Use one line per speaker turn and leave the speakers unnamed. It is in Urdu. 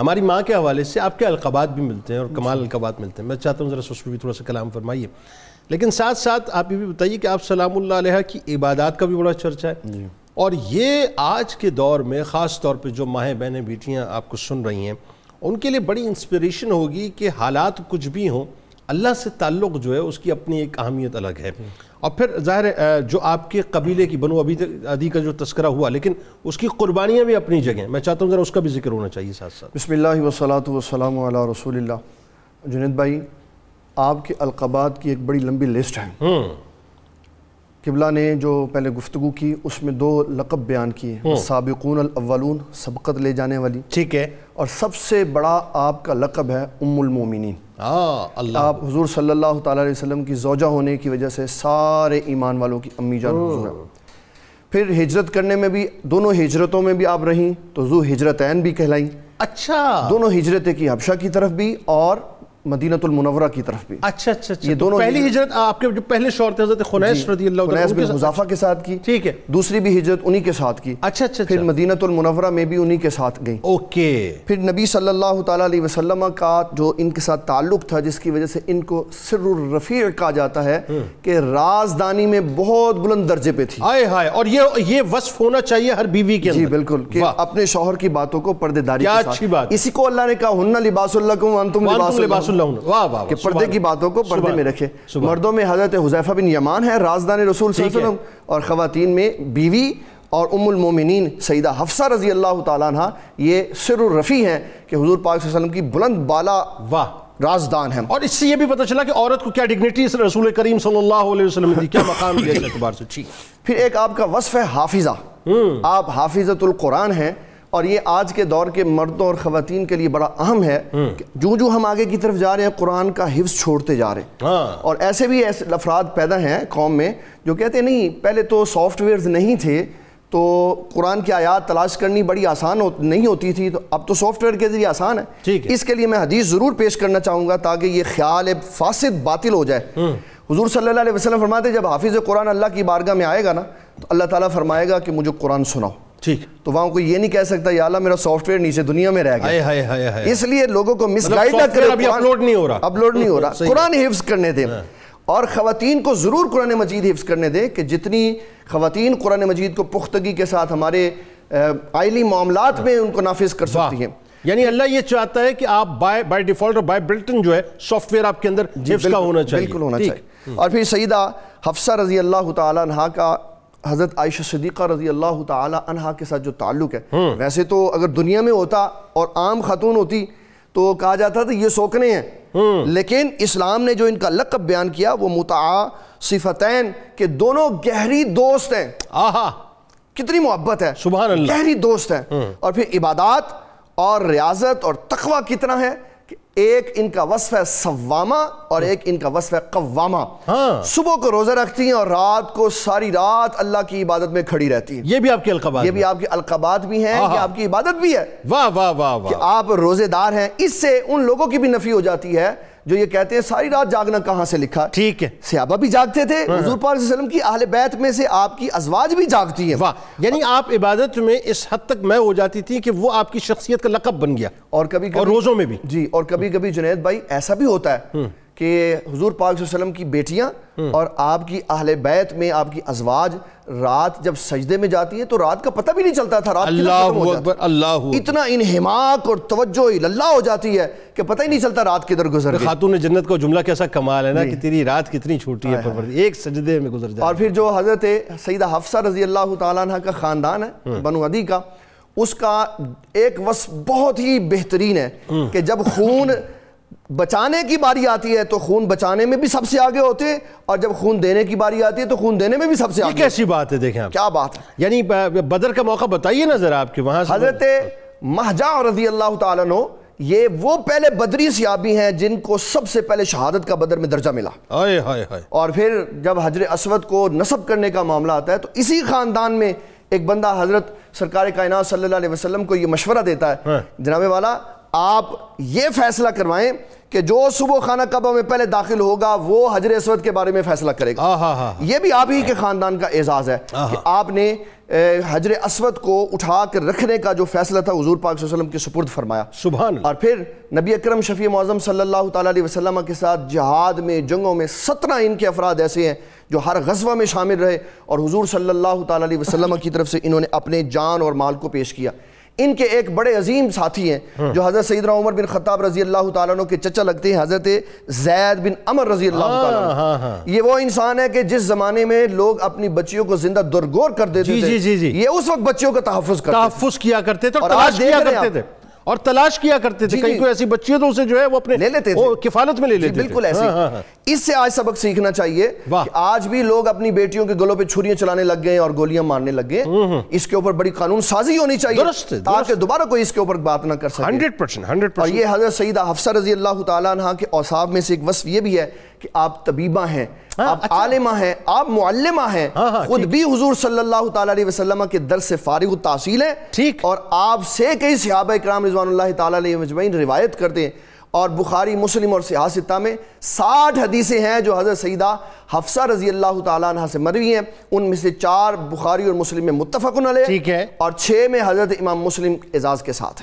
ہماری ماں کے حوالے سے آپ کے القابات بھی ملتے ہیں اور کمال القابات ملتے ہیں میں چاہتا ہوں ذرا اس پر بھی تھوڑا سا کلام فرمائیے لیکن ساتھ ساتھ آپ یہ بھی بتائیے کہ آپ سلام اللہ علیہ کی عبادات کا بھی بڑا چرچا ہے اور یہ آج کے دور میں خاص طور پہ جو ماہیں بہنیں بیٹیاں آپ کو سن رہی ہیں ان کے لیے بڑی انسپریشن ہوگی کہ حالات کچھ بھی ہوں اللہ سے تعلق جو ہے اس کی اپنی ایک اہمیت الگ ہے اور پھر ظاہر ہے جو آپ کے قبیلے کی بنو ابی ادی کا جو تذکرہ ہوا لیکن اس کی قربانیاں بھی اپنی جگہ ہیں میں چاہتا ہوں ذرا اس کا بھی ذکر ہونا چاہیے ساتھ ساتھ
بسم اللہ وسلاۃ والسلام علی رسول اللہ جنید بھائی آپ کے القابات کی ایک بڑی لمبی لسٹ ہے قبلہ نے جو پہلے گفتگو کی اس میں دو لقب بیان کیے سابقون الاولون سبقت لے جانے والی
ٹھیک ہے
اور سب سے بڑا آپ کا لقب ہے ام المومنین
ہاں اللہ
آپ حضور صلی اللہ تعالیٰ علیہ وسلم کی زوجہ ہونے کی وجہ سے سارے ایمان والوں کی امی جان حضور ہیں پھر ہجرت کرنے میں بھی دونوں ہجرتوں میں بھی آپ رہیں تو ذو ہجرتین بھی کہلائیں
اچھا
دونوں ہجرتیں کی حبشہ کی طرف بھی اور مدینہ المنورہ کی طرف بھی
اچھا اچھا اچھا پہلی ہجرت آپ کے جو پہلے شور تھے حضرت خنیس رضی
قنیس جی، بن
اللہ
حذافہ کے ساتھ کی
ٹھیک ہے
دوسری بھی ہجرت انہی کے ساتھ کی
اچھا
پھر
اچھا
مدینہ المنورہ میں بھی انہی کے ساتھ گئیں
اوکے
پھر نبی صلی اللہ تعالیٰ علیہ وسلم کا جو ان کے ساتھ تعلق تھا جس کی وجہ سے ان کو سر الرفیع کہا جاتا ہے
ہاں۔
کہ رازدانی میں بہت بلند درجے پہ تھی
آئے ہائے اور یہ وصف ہونا چاہیے ہر بیوی کے
جی
اندر
بالکل کہ اپنے شوہر کی باتوں کو پردے داری
کیا
کے
اچھی
ساتھ
بات ہے۔
اسی کو اللہ نے کہا ہنہ لباس اللہ کو انتم لباس اللہ
واہ واہ
کہ پردے کی باتوں کو پردے میں رکھے مردوں میں حضرت حذیفہ بن یمان ہے رازدان رسول صلی اللہ علیہ وسلم اور خواتین میں بیوی اور ام المومنین سیدہ حفصہ رضی اللہ تعالیٰ عنہ یہ سر الرفی ہیں کہ حضور پاک صلی اللہ علیہ وسلم کی بلند بالا
واہ
رازدان ہیں
اور اس سے یہ بھی پتہ چلا کہ عورت کو کیا ڈگنیٹی اس رسول کریم صلی اللہ علیہ وسلم نے دی کیا مقام دیا اس اعتبار سے ٹھیک
پھر ایک آپ کا وصف ہے حافظہ آپ حافظت القرآن ہیں اور یہ آج کے دور کے مردوں اور خواتین کے لیے بڑا اہم ہے کہ جو جو ہم آگے کی طرف جا رہے ہیں قرآن کا حفظ چھوڑتے جا رہے ہیں
ہاں
اور ایسے بھی ایسے افراد پیدا ہیں قوم میں جو کہتے ہیں نہیں پہلے تو سافٹ ویئرز نہیں تھے تو قرآن کی آیات تلاش کرنی بڑی آسان ہو- نہیں ہوتی تھی تو اب تو سافٹ ویئر کے ذریعے آسان ہے
ٹھیک ہے۔
اس کے لیے میں حدیث ضرور پیش کرنا چاہوں گا تاکہ یہ خیال فاسد باطل ہو جائے حضور صلی اللہ علیہ وسلم فرماتے ہیں جب حافظ قرآن اللہ کی بارگاہ میں آئے گا نا تو اللہ تعالیٰ فرمائے گا کہ مجھے قرآن سناؤ
ٹھیک
تو وہاں کوئی یہ نہیں کہہ سکتا یا اللہ میرا سافٹ ویئر نیچے دنیا میں رہ گیا
آئے ہائے ہائے ہائے
اس لیے لوگوں کو مس
مطلب
گائڈ نہ
software
کریں
ابھی upload نہیں ہو رہا۔
اپلوڈ نہیں ہو رہا
صحیح ہے۔ ہاں.
قرآن حفظ کرنے دیں اور خواتین کو ضرور قرآن مجید حفظ کرنے دیں کہ جتنی خواتین قرآن مجید کو پختگی کے ساتھ ہمارے آئلی معاملات میں ان کو نافذ کر سکتی ہیں
یعنی اللہ یہ چاہتا ہے کہ آپ بائی ڈیفالٹ اور بائی بلٹن جو ہے سافٹ ویئر آپ کے اندر حفظ جی، کا ہونا چاہیے
جی، بالکل ہونا چاہیے اور پھر سیدہ حفصہ رضی اللہ تعالیٰ عنہ کا حضرت عائشہ صدیقہ رضی اللہ تعالیٰ عنہ کے ساتھ جو تعلق ہے ویسے تو اگر دنیا میں ہوتا اور عام خاتون ہوتی تو کہا جاتا تھا یہ سوکنے ہیں لیکن اسلام نے جو ان کا لقب بیان کیا وہ متعا صفتین کہ دونوں گہری دوست ہیں
آہا
کتنی محبت ہے
سبحان اللہ
گہری دوست ہیں اور پھر عبادات اور ریاضت اور تقوی کتنا ہے کہ ایک ان کا وصف ہے سوامہ اور ایک ان کا وصف ہے قوامہ
ہاں
صبح کو روزہ رکھتی ہیں اور رات کو ساری رات اللہ کی عبادت میں کھڑی رہتی ہیں
یہ بھی آپ کے القابات
یہ بھی آپ کے القابات بھی
ہاں،
ہیں یہ آپ کی عبادت بھی ہے
واہ واہ واہ واہ
کہ آپ روزے دار ہیں اس سے ان لوگوں کی بھی نفی ہو جاتی ہے جو یہ کہتے ہیں ساری رات جاگنا کہاں سے لکھا
ٹھیک ہاں۔ ہے
صحابہ بھی جاگتے تھے حضور پاک صلی اللہ علیہ وسلم کی اہل بیت میں سے آپ کی ازواج بھی جاگتی ہیں
واہ یعنی آپ عبادت میں اس حد تک میں ہو جاتی تھی کہ وہ آپ کی شخصیت کا لقب بن گیا
اور کبھی
اور
کبھی
روزوں میں بھی
جی اور کبھی کبھی جنید بھائی ایسا بھی ہوتا ہے کہ حضور پاک صلی اللہ علیہ وسلم کی بیٹیاں اور آپ کی اہل بیت میں آپ کی ازواج رات جب سجدے میں جاتی ہیں تو رات کا پتہ بھی نہیں چلتا تھا رات کدھر ختم
اللہ
ہو جاتی
اکبر اللہ
ہے۔ اتنا انہماک اور توجہ اللہ ہو جاتی ہے کہ پتہ ہی نہیں چلتا رات کدھر گزر گئی
خاتون جنت کا جملہ کیسا کمال ہے نا کہ تیری رات کتنی چھوٹی ہے پروردگار ایک سجدے میں گزر جائے
جی۔ اور پھر جو حضرت سیدہ حفصہ رضی اللہ تعالیٰ عنہ کا خاندان ہے بنو عدی کا اس کا ایک وصف بہت ہی بہترین ہے کہ جب خون بچانے کی باری آتی ہے تو خون بچانے میں بھی سب سے آگے ہوتے ہیں اور جب خون دینے کی باری آتی ہے تو خون دینے میں بھی سب سے
یہ
آگے
کیسی بات ہے دیکھیں آپ
کیا بات ہے
یعنی بدر کا موقع بتائیے نا ذرا آپ کے وہاں سے
حضرت مہجا رضی اللہ تعالیٰ عنہ یہ وہ پہلے بدری سیابی ہیں جن کو سب سے پہلے شہادت کا بدر میں درجہ ملا
آئے ہائے ہائے
اور پھر جب حجر اسود کو نصب کرنے کا معاملہ آتا ہے تو اسی خاندان میں ایک بندہ حضرت سرکار کائنات صلی اللہ علیہ وسلم کو یہ مشورہ دیتا ہے جناب والا آپ یہ فیصلہ کروائیں کہ جو صبح خانہ کعبہ میں پہلے داخل ہوگا وہ حجر اسود کے بارے میں فیصلہ کرے گا
آہا ہا
یہ بھی آپ ہی کے خاندان کا اعزاز ہے کہ آپ نے اے، حجر اسود کو اٹھا کر رکھنے کا جو فیصلہ تھا حضور پاک صلی اللہ علیہ وسلم کے سپرد فرمایا
سبحان اللہ
اور پھر نبی اکرم شفیع معظم صلی اللہ تعالیٰ علیہ وسلم کے ساتھ جہاد میں جنگوں میں سترہ ان کے افراد ایسے ہیں جو ہر غزوہ میں شامل رہے اور حضور صلی اللہ تعالیٰ علیہ وسلم کی طرف سے انہوں نے اپنے جان اور مال کو پیش کیا ان کے ایک بڑے عظیم ساتھی
ہاں۔
ہیں جو حضرت سیدنا عمر بن خطاب رضی اللہ تعالیٰ عنہ کے چچا لگتے ہیں حضرت زید بن عمر رضی اللہ تعالیٰ
ہاں
عنہ
ہاں ہاں
یہ وہ انسان ہے کہ جس زمانے میں لوگ اپنی بچیوں کو زندہ درگور کر دیتے
جی،
تھے
جی، جی، جی۔
یہ اس وقت بچیوں کا تحفظ کرتے
تحفظ کیا کرتے تھے اور
اور آج
تلاش
دیکھ
کیا
رہے ہیں
کرتے
آپ۔
تھے اور تلاش کیا کرتے تھے
جی،
کہیں
جی۔
کوئی ایسی بچی ہے تو اسے جو ہے وہ اپنے
لے لیتے تھے۔
وہ کفالت میں لے
جی
لیتے تھے
بالکل ایسے
ہاں، ہاں، ہاں۔
ہی۔ اس سے آج سبق سیکھنا چاہیے
واہ۔
کہ آج بھی لوگ اپنی بیٹیوں کے گلوں پہ چھریاں چلانے لگ گئے ہیں اور گولیاں مارنے لگ گئے ہیں اس کے اوپر بڑی قانون سازی ہونی
درست ہے،
چاہیے
درست۔
تاکہ دوبارہ کوئی اس کے اوپر بات نہ کر سکے
100% 100%
ہاں۔ اور یہ حضرت سیدہ حفصہ رضی اللہ تعالیٰ عنہ کے اوصاف میں سے ایک وصف یہ بھی ہے کہ آپ طبیبہ ہیں آپ عالمہ ہیں آپ معلمہ ہیں خود بھی حضور صلی اللہ تعالیٰ علیہ وسلم کے در سے فارغ التحصیل ہیں اور آپ سے کئی صحابہ اکرام رضوان اللہ تعالیٰ علیہ مجمعین روایت کرتے ہیں اور بخاری مسلم اور سیاہ ستہ میں ساٹھ حدیثیں ہیں جو حضرت سیدہ حفصہ رضی اللہ تعالیٰ عنہ سے مروی ہیں ان میں سے چار بخاری اور مسلم میں متفق علیہ اور چھ میں حضرت امام مسلم اعزاز کے ساتھ ہیں